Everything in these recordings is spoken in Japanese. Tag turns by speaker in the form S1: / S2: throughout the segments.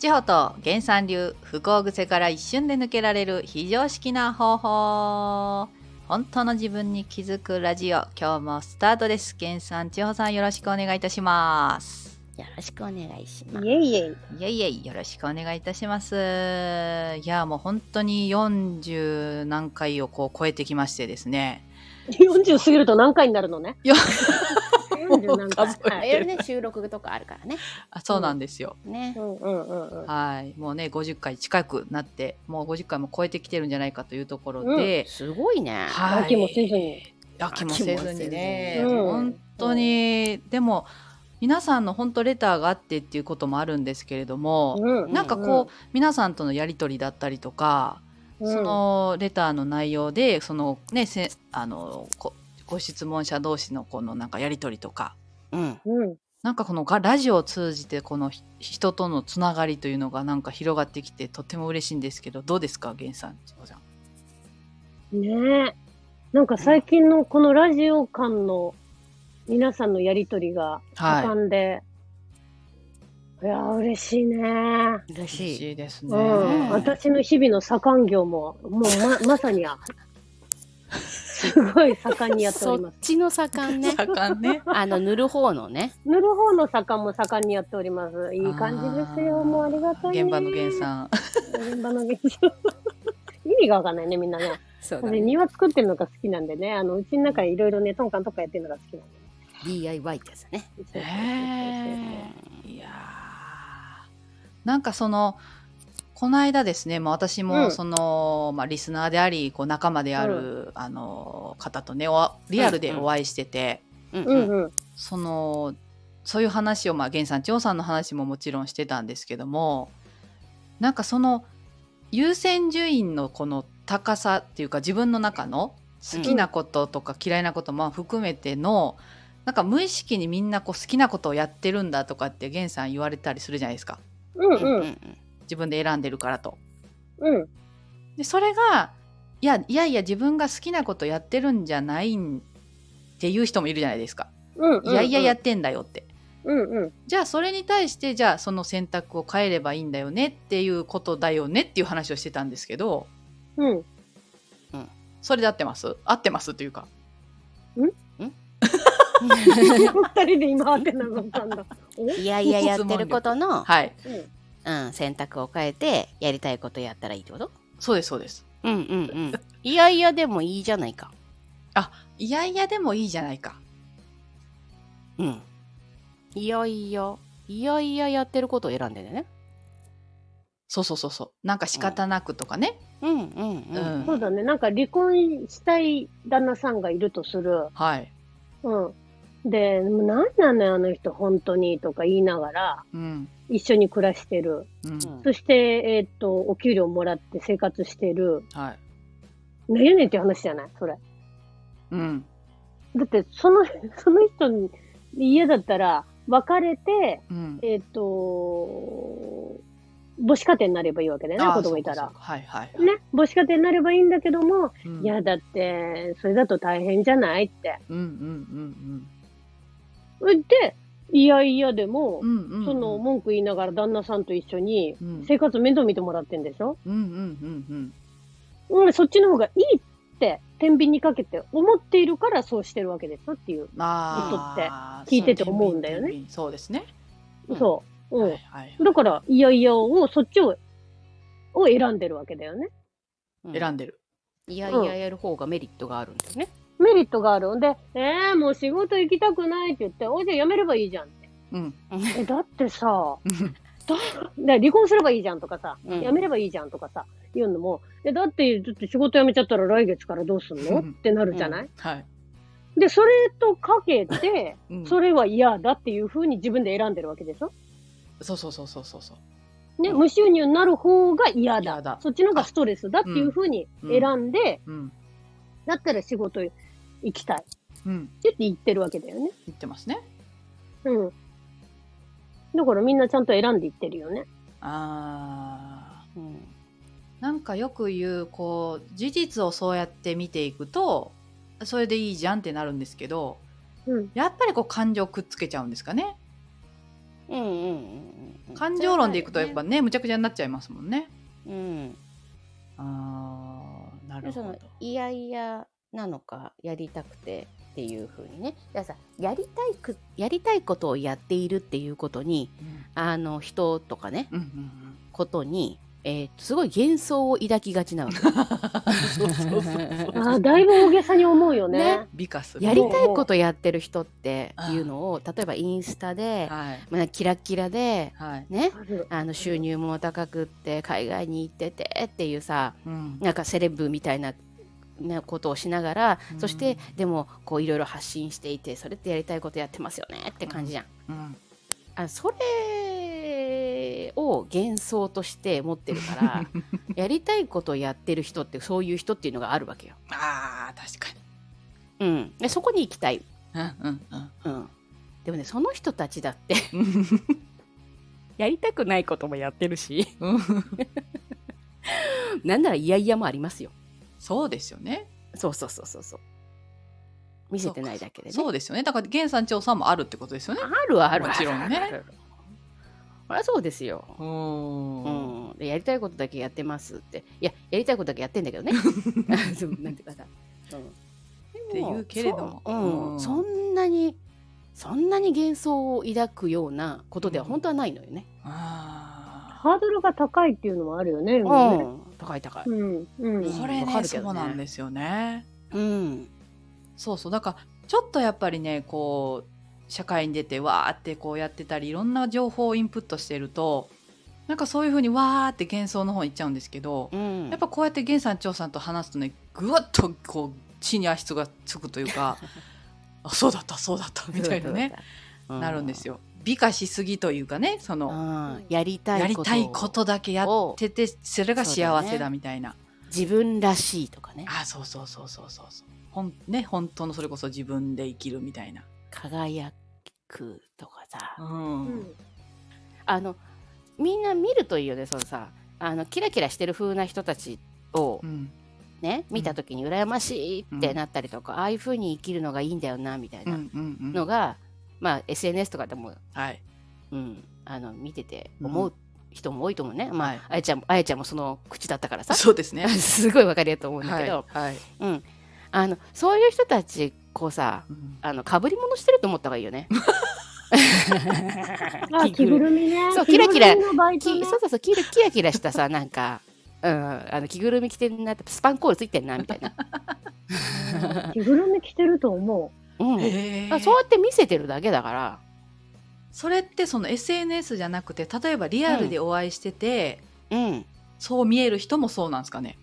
S1: 地方と原産流不幸癖から一瞬で抜けられる非常識な方法本当の自分に気づくラジオ今日もスタートです原産地方さんよろしくお願いいたします
S2: よろしくお願いします。
S3: イエイイエイ。
S1: いえいえいよろしくお願いいたしますいやもう本当に40何回をこう超えてきましてですね
S3: 40過ぎると何回になるのね。
S1: よ
S3: 40何回。
S1: もう数え
S3: は
S2: まあ
S3: い
S2: いろいろね、収録とかあるからね。
S1: あそうなんですよ、
S2: ね
S3: う。んうんうんうん。
S1: はいもうね50回近くなってもう50回も超えてきてるんじゃないかというところで、
S2: すごいね。
S1: はい
S3: 秋もせずに。
S1: 秋もせずにね、
S3: 秋もせずにうん
S1: 本当に、でも皆さんの本当レターがあってっていうこともあるんですけれども、
S3: うん
S1: なんかこう、皆さんとのやり取りだったりとか、
S3: うん
S1: そのレターの内容でそのねせあのこご質問者同士のこのなんかやり取りとか
S2: うん。
S3: うん。
S1: なんかこのがラジオを通じてこのひ人とのつながりというのがなんか広がってきてとても嬉しいんですけどどうですか源さん千穂さん。
S3: ねえ。なんか最近のこのラジオ間の皆さんのやりとりが
S1: はい
S3: 盛んで、い、やー、嬉しいね。
S2: 嬉
S1: 嬉
S2: しい。
S1: しいです
S3: う
S1: ね。
S3: ん。私の日々の盛ん業も、もうままさに や。すごい盛んにやってお
S2: そ
S3: りま
S2: っ
S3: す。
S2: ちの盛ん ね。
S1: 盛んね。
S2: あの塗る方のね。
S3: 塗る方の盛んも盛んにやっております。いい感じですよ。もうありがたい、ね。
S1: 現場の源さん。
S3: 現場の現象。意味がわかんないね、みん なね。
S2: そう
S3: 私、。庭作ってるのが好きなんでね、あの、うちの中いろいろね、トンカンとかやってるのが好きなんで
S2: DIY ってやつだね。
S3: そうそうそうそう。
S1: ねいやーなんかそのこの間ですねもう私
S3: う
S1: も
S3: ん
S1: その、まあ、リスナーでありこう仲間である、あの方とねおリアルでお会いしてて、
S2: うん
S3: う
S2: うん
S3: んうん。
S1: そのそういう話を、まあ、源さん張さんの話ももちろんしてたんですけどもなんかその優先順位のこの高さっていうか自分の中の好きなこととか嫌いなことも含めての、なんか無意識にみんなこう好きなことをやってるんだとかって源さん言われたりするじゃないですか
S3: うん
S2: うん
S3: う。
S2: うんん
S1: 自分で選んでるからと。
S3: うん。
S1: でそれがいやいやいや自分が好きなことやってるんじゃないんっていう人もいるじゃないですか。
S3: うんうん。
S1: いやいややっ。てんだよって。
S3: うんうん。
S1: じゃあそれに対してじゃあその選択を変えればいいんだよねっていうことだよねっていう話をしてたんですけど
S3: うん。
S1: それで合ってます合ってますというか
S2: うん
S3: 二人で今、アテナのさんだ。
S2: いやいややってることの、
S1: はい
S3: うん。
S2: うん、選択を変えてやりたいことやったらいいってこと
S1: そうですそうです
S2: うんうんうん。いやいやでもいいじゃないか。
S1: いやいやでもいいじゃないか
S2: うん。いやいや、いやいややってることを選んでね。
S1: そうそうそうそうなんか仕方なくとかね、
S2: うんうんう
S1: うん
S2: ん。
S3: そうだね。なんか離婚したい旦那さんがいるとする。
S1: はい
S3: うん。で、もう何なのよ、あの人、本当に、とか言いながら、
S1: うん
S3: 一緒に暮らしてる。
S1: うん、
S2: うん
S3: そして、えーっと、お給料もらって生活してる。
S1: はい
S3: 何やねんっていう話じゃないそれ。
S1: うん
S3: だって、その、 その人に、家だったら、別れて、
S1: うん
S3: えーっ、と、母子家庭になればいいわけだよね、
S1: あー
S3: 子供いた
S1: そう
S3: ら
S1: かそう。かはいはいはい、
S3: ね、母子家庭になればいいんだけども、
S1: うん、
S3: いや、だって、それだと大変じゃないって。
S1: うんうんうん
S3: で、いやいやでも、
S1: うんうんうんうん
S3: その、文句言いながら旦那さんと一緒に、
S1: うん
S3: 生活面倒見てもらってんでしょ
S1: うんうんうんうん
S3: 俺、そっちの方がいいって、天秤にかけて思っているからそうしてるわけでしょっていう。
S1: あー
S3: 人って聞いてて思うんだよね
S1: そう天秤そうですね、
S2: うん
S3: そう。う
S1: は
S3: ん
S1: い。はい
S3: だから、いやいやを、そっちを、を選んでるわけだよね。
S2: うん
S1: 選んでる
S2: いやいややる方がメリットがあるんだよね。
S3: メリットがあるんで、えー、もう仕事行きたくないって言って、おいじゃあ辞めればいいじゃんって。
S1: うん
S3: え、だってさ、
S1: うん
S3: で離婚すればいいじゃんとかさ、
S2: うん
S3: 辞めればいいじゃんとかさ、言うのも、え、だって、ちょっと仕事辞めちゃったら来月からどうすんの
S1: うん
S3: ってなるじゃない、
S1: はい、
S3: で、それとかけて、
S1: うん、
S3: それは嫌だっていうふうに自分で選んでるわけでしょ
S1: そうそうそうそうそうそう。
S3: ね、無収入になる方が嫌だ。
S1: 嫌だ
S3: そっちの方がストレスだっていうふうに選んで、
S1: うん。
S3: だったら仕事行きたいって
S1: うん。
S3: 言って言ってるわけだよね。
S1: 言ってますね。
S3: うん。だからみんなちゃんと選んでいってるよね。
S1: あ
S2: うん
S1: ーなんかよく言う、こう、事実をそうやって見ていくと、それでいいじゃんってなるんですけど、
S3: うん。
S1: やっぱりこう感情をくっつけちゃうんですかね。
S2: ううんうんうんうん
S1: 感情論でいくとやっぱねむちゃくちゃになっちゃいますもんね。
S2: うん
S1: あーなる
S2: そ
S1: ほ
S2: の
S1: ど。
S2: いやいやなのかやりたくてっていう風にねだからさやりたいくやりたいことをやっているっていうことに
S1: うん
S2: あの人とかね
S1: うんうん
S2: ことに、えーすごい幻想を抱きがちな わけ
S1: そうそうそうそう
S3: あーだいぶ大げさに思うよね
S2: ね。
S1: 美化する。
S2: やりたいことやってる人っていうのを例えばインスタで、
S1: はい
S2: まあ、キラッキラで
S1: はい。
S2: ね
S3: ある
S2: あの収入も高くって海外に行っててっていうさ
S1: うん
S2: なんかセレブみたいな、ね、ことをしながら、
S1: うん
S2: そしてでもこういろいろ発信していてそれってやりたいことやってますよねって感じじゃん。
S1: うん
S2: あそれを幻想として持ってるから やりたいことをやってる人ってそういう人っていうのがあるわけよ。
S1: あー確か
S2: うん、でそこに行きたい、
S1: に。うんうん
S2: うん、でもねその人たちだって
S1: うん
S2: やりたくないこともやってるし
S1: うん。
S2: なんなら嫌々もありますよ。
S1: そうですよね。
S2: そうそうそうそうそう見せてないだけでね。
S1: そうですよね。だから源さん調査もあるってことですよね。
S2: あるある
S1: もちろんね
S2: あるあるそりゃそうですよ。
S1: う。
S2: うんん、でやりたいことだけやってますっていややりたいことだけやってんだけど ねそうなんていうかさ、うん、
S1: ていうけれども
S2: そううん
S1: うん
S2: そんなにそんなに幻想を抱くようなことでは本当はないのよね、
S1: あ
S3: ハードルが高いっていうのもあるよね。で
S2: う
S3: もね
S2: ん高い高い、
S3: うん。うん。
S1: ーこれ
S2: わか
S1: ね
S2: るけどね
S1: そうなんですよね。
S2: うん
S1: そうそうだからちょっとやっぱりねこう社会に出てわーってこうやってたりいろんな情報をインプットしてるとなんかそういうふうにわーって幻想の方に行っちゃうんですけど、
S2: うん、
S1: やっぱこうやって源さん長さんと話すとねぐわっとこう地に足つがつくというかあそうだったそうだったみたいなね、
S2: う
S1: なるんですよ。美化しすぎというかねそうの
S2: ん、やりた
S1: や
S2: い
S1: り
S2: こと
S1: たいことだけやっててそれが幸
S2: そ
S1: せ
S2: うだ
S1: だ
S2: ね
S1: みたいな。
S2: 自分らしいとかね
S1: あそうそうそうそうそうそうほんね本当のそれこそ自分で生きるみたいな、
S2: 輝くとかさ、
S1: うん
S3: うん
S2: あのみんな見るといいよねそのさあのキラキラしてる風な人たちを
S1: うん
S2: ね、見た時に羨ましいってなったりとか、ああいう風に生きるのがいいんだよなみたい
S1: うんう
S2: なん
S1: うん
S2: のが、まあ SNS とかでも、
S1: はい
S2: うん、あの見てて
S1: うん
S2: 思う人も多いと思うね、まあ、
S1: はい
S2: あやちゃんあやちゃんもその口だったからさ
S1: そうですね
S2: すごいわかるやと思うんだ
S1: は
S2: け
S1: い
S2: ど、
S1: はい、
S2: うん、あのそういう人たちこうさ
S1: うん
S2: あの被り物してると思った方がいいよね。
S3: あ、着ぐるみね。
S2: そうキラキラ
S3: 着ぐるみのバイ
S2: き
S3: トね
S2: そうそうそうキラキラキラしたさ なんか、うん、あの着ぐるみ着てんなってスパンコールついてんなみた いな、
S3: 着ぐるみ着てると思
S2: うん、
S1: へー
S2: あそうやって見せてるだけだから
S1: それってその SNS じゃなくて例えばリアルでお会いしてて、
S2: うん
S1: そう見える人もそうなんですかね、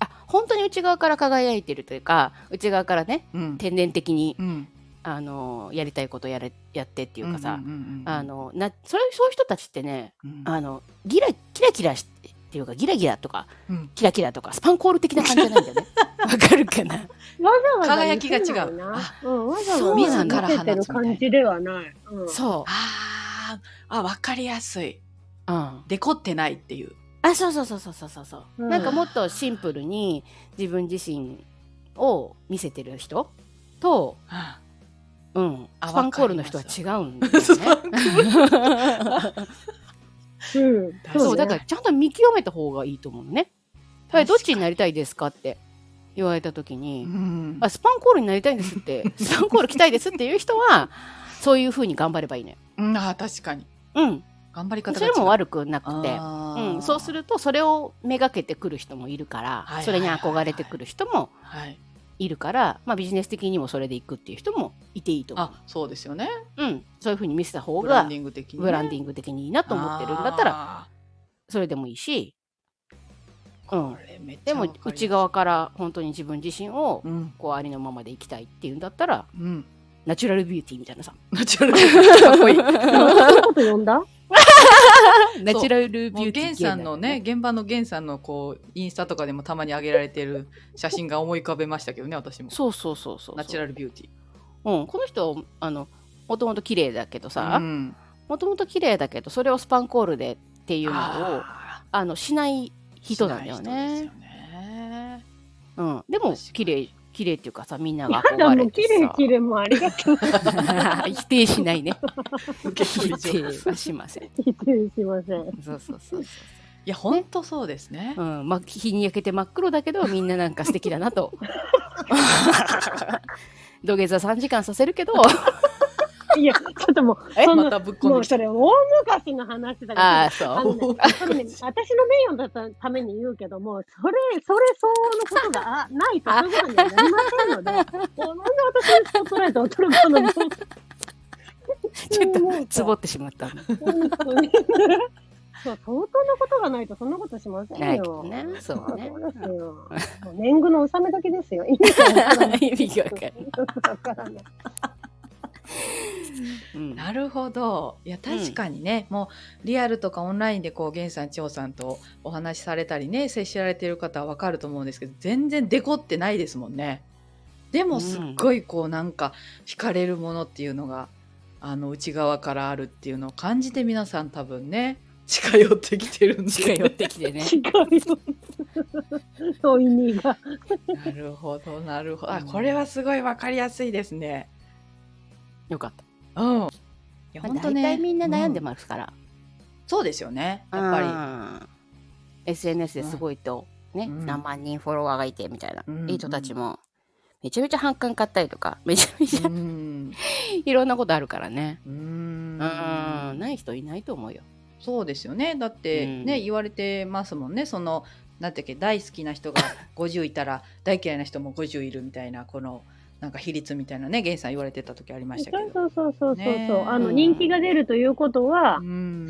S2: あ本当に内側から輝いてるというか内側からね
S1: うん
S2: 天然的に、
S1: うん、
S2: あのやりたいことやれやってっていうかさ、
S1: んんんうん
S2: あ、のなそれそういう人たちってね
S1: うん
S2: あのギラキラキラしてっていうかギラギラとか
S1: うん
S2: キラキラとかスパンコール的な感じじゃないんだよ ねわかるかな
S3: う。わざわざ
S1: 輝きが違う
S3: 見せないな。うん、わざ
S2: そう
S3: わ
S2: な
S3: ざ
S2: ん
S3: 見
S2: だ
S3: せてる感じではない。うん
S2: そ、
S1: あーあ分かりやすいう
S2: うん、
S1: デコってないって いう
S2: あそうそうそうそうそうそうそう、
S3: うん
S2: なんかもっとシンプルに自分自身を見せてる人と、
S1: あ
S2: うん、
S1: あ
S2: スパンコールの人は
S1: わか
S2: 違うんだ
S1: ー
S2: よね
S3: うん。
S2: そう
S3: ね
S2: だからちゃんと見極めた方がいいと思うのねはいどっちになりたいですかって言われた時
S1: ー
S2: に、
S1: うん
S2: あスパンコールになりたいんですって スパンコール来たいですっていう人はそういうふうに頑張ればいいのよ、
S1: うんあー確かに
S2: うん、
S1: 頑張り方
S2: そ
S1: が違
S2: れ
S1: う
S2: も悪くなくて
S1: あー
S2: うん、そうするとそれをめがけてくる人もいるから、
S1: はいはいはいはい
S2: それに憧れてくる人も
S1: はい、
S2: いるから、まあ、ビジネス的にもそれで行くっていう人もいていいと思
S1: あそうですよね
S2: う、うん、そういうふうに見せた方
S1: ブラ
S2: が
S1: ンディング的に、ね、
S2: ブランデ
S1: ィング
S2: ィング的にいいなと思ってるんだったら
S1: ら
S2: それでもいいし、うん、で
S1: で
S2: も内側から本当に自分自身を
S1: うん
S2: こうありのままで生きたいっていうんだったら
S1: うん
S2: ナチュラルビューティーみたいなさ
S1: ナチュラル かっこいい
S3: なんかそういうこと呼んだ
S2: ナチュラルビュー
S1: もう
S2: ティー
S1: 源さんの ね現場の源さんのこうインスタとかでもたまに上げられてる写真が思い浮かべましたけどね私も
S2: そうそうそうそう
S1: ナチュラル
S2: ル、
S1: ビューティー
S2: うん、この人あのもともと綺麗だけど
S1: う
S2: さ
S1: ん、
S2: もともと綺麗だけどそれをスパンコールでっていうのを
S1: あ
S2: あのしない
S1: ー
S2: 人なんだよ
S1: しない
S2: ね
S1: 人ですよね
S2: うん、でも
S1: 確かに
S2: 綺麗綺麗っていうかさみんなが
S3: ただ
S2: 憧
S3: も
S2: れ
S3: う綺
S2: てさ
S3: 麗綺麗もありがと う。
S2: 否定しないね
S1: 受け
S2: 否
S1: 取り上手
S2: 定はしません
S3: 否定しません。
S2: そうそうそう
S1: いや本当そうですね
S2: う、んまあ、日に焼けて真っ黒だけどみんななんか素敵だなと 土下座3時間させる けど
S3: いや、ちょっともう、
S2: え
S3: そん
S1: ま
S3: な
S1: たぶっ
S3: も
S1: 込ん
S3: う
S1: できた
S3: それ大昔の話だから
S2: あ。あそ
S3: あ
S2: う
S3: のね多分ね私の名誉だったために言うけども、それ、それ相応のことがあないと、そういうことにはなりませんので、もうなんで私にスポットライトを取るかの も、
S2: ちょっ
S3: もう
S2: とつぼってしまった
S3: 本当に。そう、相当なことがないと、そんなことしませ
S2: なんいけど
S3: よ。
S2: ねそうね
S3: うんもう年貢の納めだけですよ。意味がわからない
S2: 意味がわかんない
S3: わからない。
S2: うん
S1: なるほどいや確かにね、もうリアルとかオンラインでこう源さん千穂さんとお話しされたりね接しられてる方はわかると思うんですけど全然デコってないですもんねで
S2: う
S1: も
S2: ん
S1: すっごいこうなんか惹かれるものっていうのがあの内側からあるっていうのを感じて皆さん多分ね近寄ってきてるんで
S2: 近寄ってきてね
S3: 違うよ。そう、意味が。
S1: なるほどなるほど
S2: う
S1: あ
S2: ん
S1: これはすごいわかりやすいですね
S2: よかった
S1: うんいや
S2: まあ
S1: 本当
S2: 大
S1: ね
S2: 体みんな悩んで
S1: う
S2: ますから
S1: そうですよねやっぱり
S2: やっぱり SNS ですごいとね
S1: うん
S2: 何万人フォロワーがいてみたいな
S1: うん
S2: いい人たちもめちゃめちゃ反感買ったりとかめちゃめちゃ
S1: うん
S2: いろんなことあるからね
S1: うーん
S2: うんない人いないと思うよ
S1: そうですよねだって
S2: うん
S1: ね、言われてますもんねそのなんていうっけ大好きな 人が50いたら大嫌いな人も50いるみたいなこのなんか比率みたいなね源さん言われてた時ありましたけ
S3: そう
S1: ど。
S3: そうそうそうそう。
S1: ねえ
S3: あの、人気が出るということは、そ
S1: そ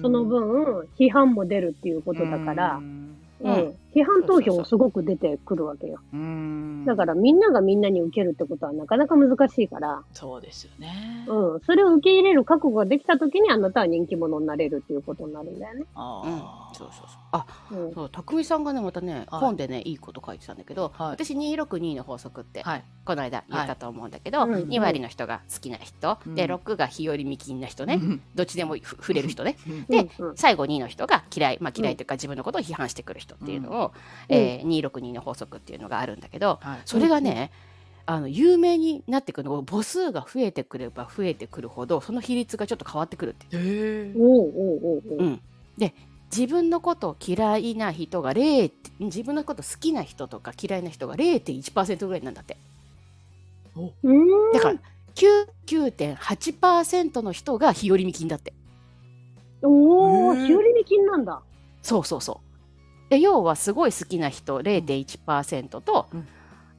S3: の分、批判も出るっていうことだから
S1: う、ん
S3: う
S2: う
S3: ん
S2: ん
S3: 批判投票すごく出てくるわけよ。
S1: うん
S3: だからみんながみんなに受けるってことはなかなか難しいから、
S1: そうですよね。
S3: うん、それを受け入れる覚悟ができた時にあなたは人気者になれるっていうことになるんだよね。
S2: うん
S1: あー
S2: そうそうそうあ
S3: うん、
S2: そう匠さんがねまたね
S1: はい
S2: 本でねいいこと書いてたんだけど
S1: はい
S2: 私262の法則って
S1: はい
S2: この間言ったと思うんだけど
S3: はいうん
S2: 2割の人が好きな人
S1: うん
S2: で6が日和見金な人
S1: う
S2: ね
S1: ん
S2: どっちでもふ触れる人ね
S1: うん
S2: で
S3: うんうん
S2: 最後2の人が嫌い、まあ、
S3: うん
S2: 嫌いというか自分のことを批判してくる人っていうのを、
S3: うん
S2: えー262の法則っていうのがあるんだけど
S1: はい
S2: それがね、あの有名になってくるの母数が増えてくれば増えてくるほどその比率がちょっと変わってくるって
S1: へー
S3: おうおうおうおう
S2: うん自分のことを嫌いな人が0自分のこと好きな人とか嫌いな人が0.1%ぐらいなんだって
S3: うーん
S2: だから99.8%の人が日和見金だって
S3: おお、
S1: へえ
S3: 日和見金なんだ。
S2: そうそうそう。で要はすごい好きな人0.1%と、
S1: うん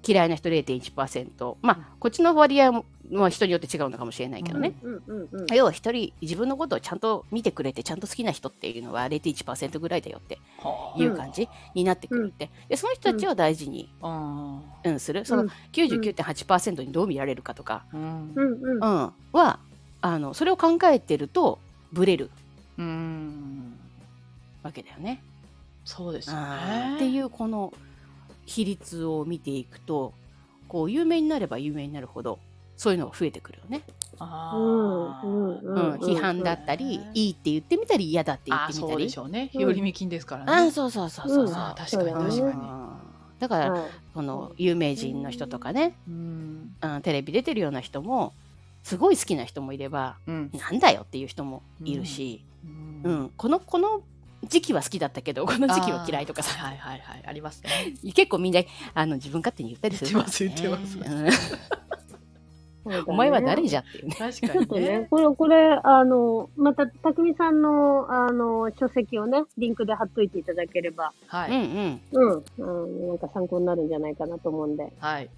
S2: 嫌いな人0.1%まあこっちの割合も、まあ、人によって違うのかもしれないけどね、
S3: うんうんうん。
S2: 要は一人自分のことをちゃんと見てくれてちゃんと好きな人っていうのは0.1%ぐらいだよって
S1: はあ
S2: いう感じになってくるって、でその人たちを大事に、
S1: あ
S2: うん、するその99.8%にどう見られるかとか、
S1: ーうん
S3: うんうん
S2: うんはあのそれを考えてるとブレる
S1: うん
S2: わけだよね。
S1: そうですよね。
S2: っていうこの比率を見ていくとこう有名になれば有名になるほどそういうのが増えてくるよね、
S1: あー
S3: うんうん
S2: う
S3: うんん
S2: 批判だったり、
S1: うん
S2: いいって言ってみたり嫌だって言っ
S1: あ
S2: てみ
S1: そ
S2: た
S1: うで
S2: り
S1: しょうね
S3: うん
S1: 日和見金ですからね、
S2: あそうそうそうそうそう、
S1: あー
S3: そう
S1: 確かに
S3: だ
S1: 確
S3: ね
S1: かに、
S2: うんだから、
S3: はい
S2: この有名人の人とかね、
S1: うん
S2: うん、テレビ出てるような人もすごい好きな人もいれば
S1: うん
S2: なんだよっていう人もいるし、
S1: うん
S2: うんこのこの時期は好きだったけどこの時期は嫌いとかさ
S1: あーはいはいはいありますね
S2: 結構みんなあの自分勝手に言ったりするから、ね、
S1: 言ってます言って
S2: うん
S3: そうだね
S2: お前は誰じゃっていうね。
S1: 確か
S3: ちょっ
S1: に
S3: と
S1: ね
S3: ね、これ、これ、あの、また、たくみさんの、あの、書籍をね、リンクで貼っといていただければ、
S1: は
S2: うん
S1: い、
S2: うん。
S3: うん、うん、なんか参考になるんじゃないかなと思うんで。
S1: はい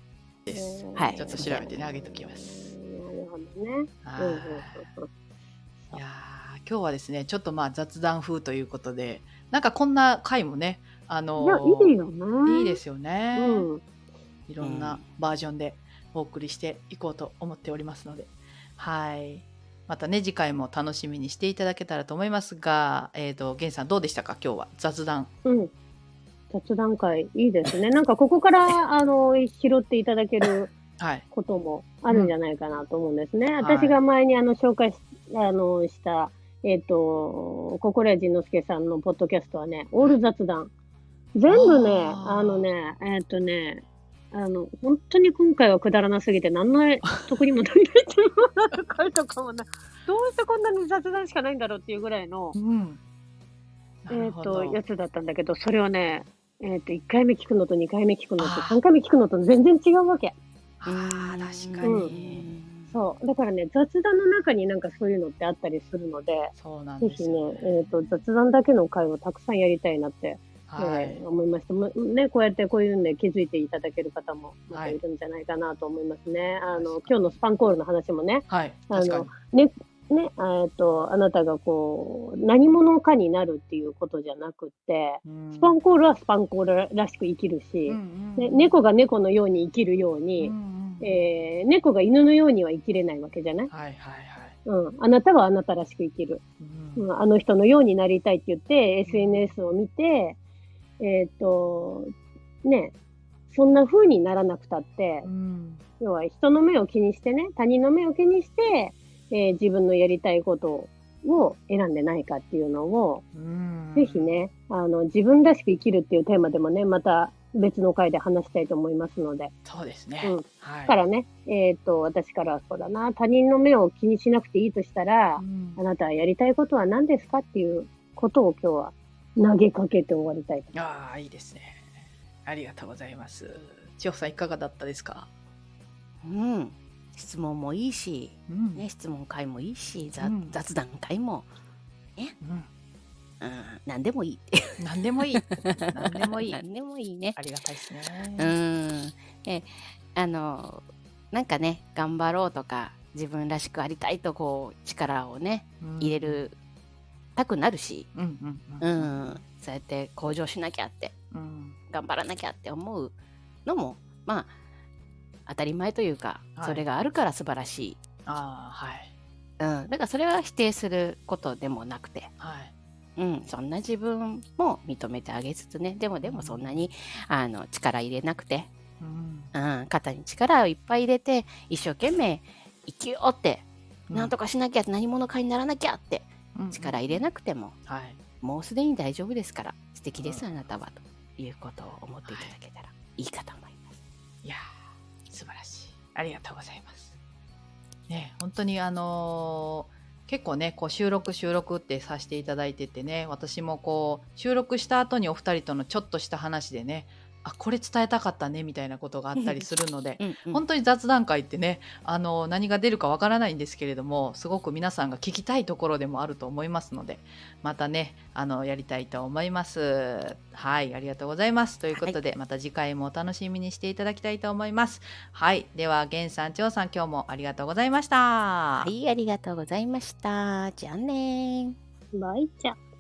S1: です、
S3: うん
S2: はい
S1: ちょっと調べてねあげときます
S3: なるほどね。うんうん
S1: は
S3: うん
S1: いいやー今日はですねちょっとまあ雑談風ということでなんかこんな回もねあの
S3: うんいや、いいよね。。
S1: いいですすよね、
S3: うん。
S1: いろんなバージョンでお送りしていこうと思っておりますので、はい。またね、次回も楽しみにしていただけたらと思いますが、えっ、と、ゲンさんどうでしたか今日は雑談。
S3: うん。雑談会、いいですね。なんか、ここから、あの、拾っていただける
S1: はい。
S3: こともあるんじゃないかなと思うんですね。
S1: ん
S3: 私が前に、あの、紹介し、あの、した、えっ、と、心谷仁之助さんのポッドキャストはね、オール雑談。全部ね、
S1: あー
S3: あのね、えっ、とね、あの、本当に今回はくだらなすぎて、何の得にもなりないっていうような回とかもな、 どうしてこんなに雑談しかないんだろうっていうぐらいの、
S1: うん。な
S3: えっ、
S1: るほど
S3: と、やつだったんだけど、それをね、えっ、と、1回目聞くのと2回目聞くのと
S1: あー
S3: 3回目聞くのと全然違うわけ。
S1: あー確か
S3: う
S1: に、
S3: そう。だからね、雑談の中になんかそういうのってあったりするので、
S1: そうなん
S3: ぜ
S1: です
S3: ひ
S1: よ
S3: ね、えっ、と、雑談だけの会をたくさんやりたいなって、
S1: は
S3: え
S1: い
S3: ー、思いました。もね、こうやってこういうんで気づいていただける方もまた
S1: はい
S3: いるんじゃないかなと思いますね。あ
S1: 確か
S3: の
S1: に、
S3: 今日のスパンコールの話もね、
S1: はい
S3: あ
S1: 確か
S3: の
S1: に、
S3: ね、ね、えーっと、あなたがこう、何者かになるっていうことじゃなくて、
S1: うん
S3: スパンコールはスパンコールらしく生きるし、
S1: うん
S3: ね、猫が猫のように生きるように、
S1: うんうん
S3: えー猫が犬のようには生きれないわけじゃない、
S1: はいはいはい、
S3: うん、あなたはあなたらしく生きる。
S1: うん
S3: うんあの人のようになりたいって言って、SNS を見て、えーっ、と、ね、そんな風にならなくたって
S1: う、ん
S3: 要は人の目を気にしてね、他人の目を気にして、えー自分のやりたいことを選んでないかっていうのを、
S1: うん
S3: ぜひね、あの、自分らしく生きるっていうテーマでもね、また別の回で話したいと思いますので。
S1: そうですね、
S3: うん
S1: はい
S3: だからね、えーっ、と、私からはそうだな、他人の目を気にしなくていいとしたら、
S1: うん
S3: あなたはやりたいことは何ですかっていうことを今日は投げかけて終わりたいと。
S1: ああいいですねありがとうございます千代さんいかがだったですか、
S2: うん、質問もいいし、
S1: うん
S2: ね、質問会もいいし、ざ
S1: うん
S2: 雑談会も、
S1: うん、
S2: うん、何でもいい。
S1: 何でもいい何でもいいあ
S2: 何でもいいね。
S1: りがたいですね、
S2: うん。え、あの、なんかね、頑張ろうとか、自分らしくありたいと、こう、力をね、
S1: うん
S2: 入れる、たくなるし、
S1: うんうんう
S2: うんん、そうやって向上しなきゃって、
S1: うん
S2: 頑張らなきゃって思うのも、まあ、当たり前というか、
S1: はい
S2: それがあるから素晴らしい。
S1: ああはい
S2: うん、だからそれは否定することでもなくて、
S1: はい
S2: うん、そんな自分も認めてあげつつねでもで
S1: う
S2: も
S1: ん
S2: そんなに、あの力入れなくて、
S1: うん
S2: うん、肩に力をいっぱい入れて一生懸命生きようって、なんとかしなきゃ何者かにならなきゃって
S1: うん
S2: 力入れなくても、
S1: はい
S2: もうすでに大丈夫ですから素敵です、
S1: う
S2: あなたはということを思っていただけたらいいかと思います。
S1: いやー素晴らしいありがとうございます。ね本当にあのー結構ねこう収録収録ってさせていただいててね私もこう収録した後にお二人とのちょっとした話でねあこれ伝えたかったねみたいなことがあったりするので。
S2: うんうん
S1: 本当に雑談会ってねあのー何が出るかわからないんですけれどもすごく皆さんが聞きたいところでもあると思いますのでまたねあのやりたいと思います。はいありがとうございますということで、また次回もお楽しみにしていただきたいと思います。はいではげんさんちょうさん今日もありがとうございました。
S2: はいありがとうございました。じゃあねー。
S3: バイチャ。